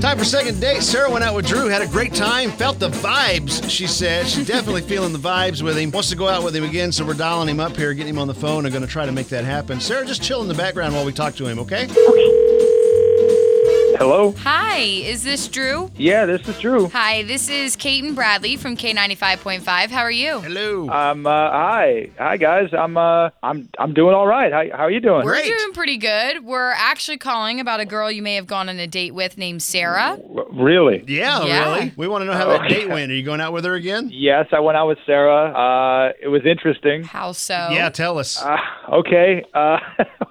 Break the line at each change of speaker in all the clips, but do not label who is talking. Time for second date. Sarah went out with Drew, had a great time, felt the vibes, she said. She's definitely feeling the vibes with him. Wants to go out with him again, so we're dialing him up here, getting him on the phone, and going to try to make that happen. Sarah, just chill in the background while we talk to him, okay?
Hello?
Hi, is this Drew?
Yeah, this is Drew.
Hi, this is Kate and Bradley from K95.5. How are you?
Hello.
I'm uh, hi. Hi guys. I'm uh I'm I'm doing all right. How how are you doing?
We're
Great.
doing pretty good. We're actually calling about a girl you may have gone on a date with named Sarah.
W- Really?
yeah,
Yeah.
really? We want to know how that date went. Are you going out with her again?
Yes, I went out with Sarah. Uh it was interesting.
How so?
Yeah, tell us.
Oh. Uh, okay. Uh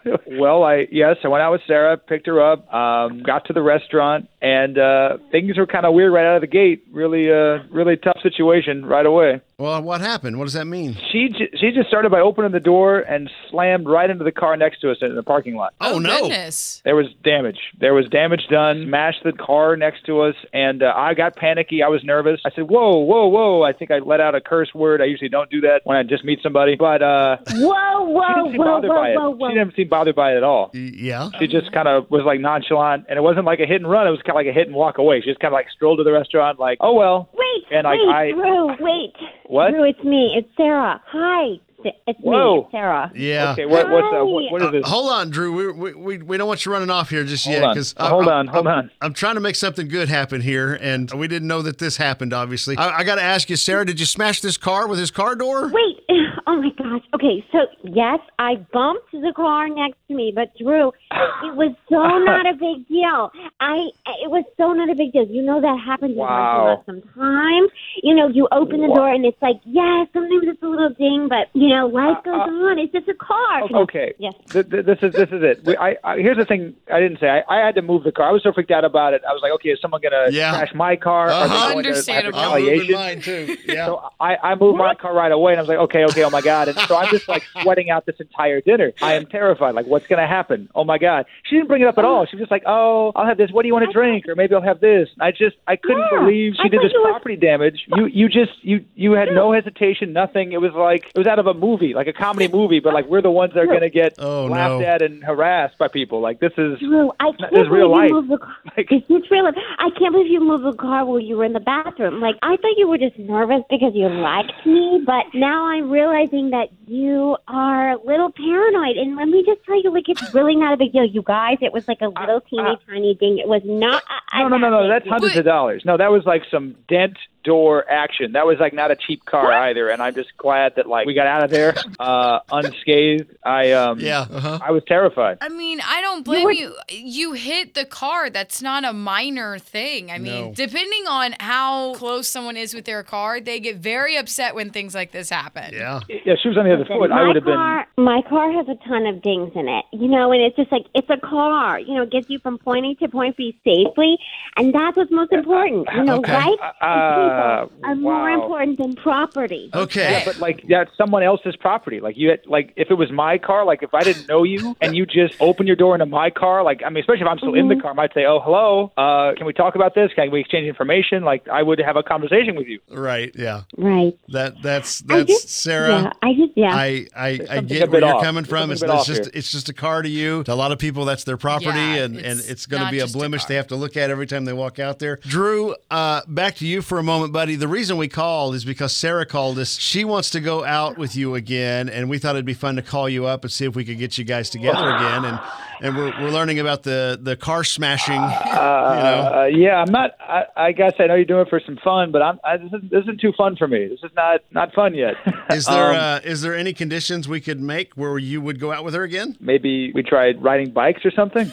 well, I yes, I went out with Sarah, picked her up, um got to the restaurant and uh things were kind of weird right out of the gate. Really uh really tough situation right away.
well, what happened? What does that mean?
She j- she just started by opening the door and slammed right into the car next to us in the parking lot.
Oh, no.
Goodness.
There was damage. There was damage done. Smashed the car next to us, and uh, I got panicky. I was nervous. I said, "Whoa, whoa, whoa!" I think I let out a curse word. I usually don't do that when I just meet somebody, but uh,
Whoa,
she
whoa,
didn't seem
whoa,
bothered by
whoa,
it.
whoa,
She
whoa.
didn't seem bothered by it at all.
Y- Yeah.
She just kind of was like nonchalant, and it wasn't like a hit and run. It was kind of like a hit and walk away. She just kind of like strolled to the restaurant, like, "Oh well."
Wait,
And, like,
wait,
I-
Drew, wait.
What?
Drew, it's me. It's Sarah. Hi. It's
Whoa.
me, Sarah.
Yeah.
Okay, what, what's uh, what, what is this?
Uh, hold on, Drew. We, we, we, we don't want you running off here just yet.
Hold on.
'cause uh,
Hold
I-
on, hold
I'm-
on.
I'm trying to make something good happen here, and we didn't know that this happened, obviously. I, I got to ask you, Sarah, did you smash this car with his car door?
Wait. Oh my gosh. Okay, so yes, I bumped the car next to me, but Drew, it was so not a big deal. I it was so not a big deal. You know that happens in
Wow.
Montreal sometimes. You know, you open the
Wow.
door and it's like, yeah, sometimes it's a little ding, but you know, life goes
uh,
on. It's just a car.
Okay.
Yes.
Th- th- this is this is it. We, I, I here's the thing. I didn't say I, I had to move the car. I was so freaked out about it. I was like, okay, is someone gonna
Yeah.
crash my car? Are they
Uh-huh.
going to- as a
Understandable.
I'm moving
retaliation?
mine too. Yeah.
So I, I moved my car right away, and I was like, okay, okay, oh my god. And so I'm just like sweating out this entire dinner. I am terrified. Like, what's gonna happen? Oh my god. She didn't bring it up at all. She was just like, oh, I'll have this. What do you want to drink? Or maybe I'll have this. And I just I couldn't
Yeah.
believe she
I
did
thought
this
you were-
property damage. You you just you you had no hesitation, nothing. It was like it was out of a movie, like a comedy movie, but like we're the ones that are gonna get
Oh,
laughed
no.
at and harassed by people. Like this is
Drew, I
That
can't
is
believe
real
you
life.
moved the car.
Like-
it's real life. I can't believe you moved the car while you were in the bathroom. Like I thought you were just nervous because you liked me, but now I'm realizing that you are a little paranoid. And let me just tell you, like it's really not a big deal, you guys. It was like a little teeny tiny thing. It was not. I,
No, no, no, no. That's
how.
hundreds
But-
of dollars. No, that was like some dent door action. That was like not a cheap car either. And I'm just glad that like we got out of there uh, unscathed. I um,
yeah. Uh-huh.
I was terrified.
I mean, I don't blame you. You hit the car. That's not a minor thing. I mean,
No.
depending on how close someone is with their car, they get very upset when things like this happen.
Yeah.
Yeah, she was on the other foot. I
my
would have been.
car, My car has a ton of dings in it, you know, and it's just like it's a car, you know, it gets you from point A to point B safely, and that's what's most important, you know,
Okay.
right?
Uh,
people are more
wow.
important than
Oh,
property.
Okay.
But like that's someone else's property. Like you had, like if it was my car, like if I didn't know you and you just open your door into my car, like I mean, especially if I'm still in
Mm-hmm.
the car, I might say, "Oh, hello, uh, can we talk about this? Can we exchange information?" Like I would have a conversation with you.
Right. Yeah.
Right.
That that's
I
that's
just-
Sarah.
Yeah, I just yeah.
I, I, I
something
get
a
where
bit
you're
off.
coming
There's
from. It's,
something a bit
it's
off
just
here.
it's just a car to you. To a lot of people, that's their property,
Yeah,
and, and
it's
it's going to
not
be a
just a
blemish
car.
they have to look at every time they walk out there. Drew, uh, back to you for a moment, buddy. The reason we called is because Sarah called us. She wants to go out with you again, and we thought it'd be fun to call you up and see if we could get you guys together again. And and we're, we're learning about the the car smashing. you know.
Uh, yeah, I'm not. I, I guess I know you're doing it for some fun, but I'm. I, this, isn't, this isn't too fun for me. This is not not fun yet.
Is there
Um,
uh, is there any conditions we could make where you would go out with her again?
maybe we tried riding bikes or something,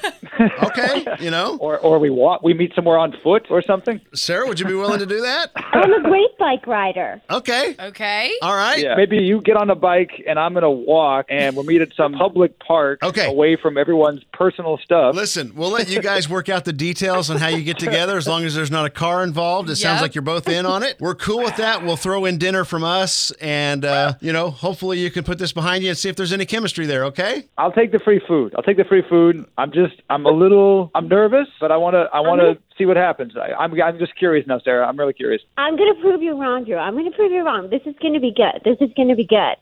Okay, you know,
or or we walk. We meet somewhere on foot or something.
Sarah, would you be willing to do that?
I'm a great bike rider.
Okay.
Okay.
All right.
Yeah. Maybe you get on a bike and I'm gonna walk, and we'll meet at some public park,
Okay.
away from everyone's personal stuff.
Listen, we'll let you guys work out the details on how you get together as long as there's not a car involved. It sounds
Yep.
like you're both in on it. We're cool with that. We'll throw in dinner from us and, uh, you know, hopefully you can put this behind you and see if there's any chemistry there, okay?
I'll take the free food. I'll take the free food. I'm just. I'm a little. I'm nervous, but I wanna. I wanna see what happens. I, I'm. I'm just curious now, Sarah. I'm really curious.
I'm gonna prove you wrong, Drew. I'm gonna prove you wrong. This is gonna be good. This is gonna be good.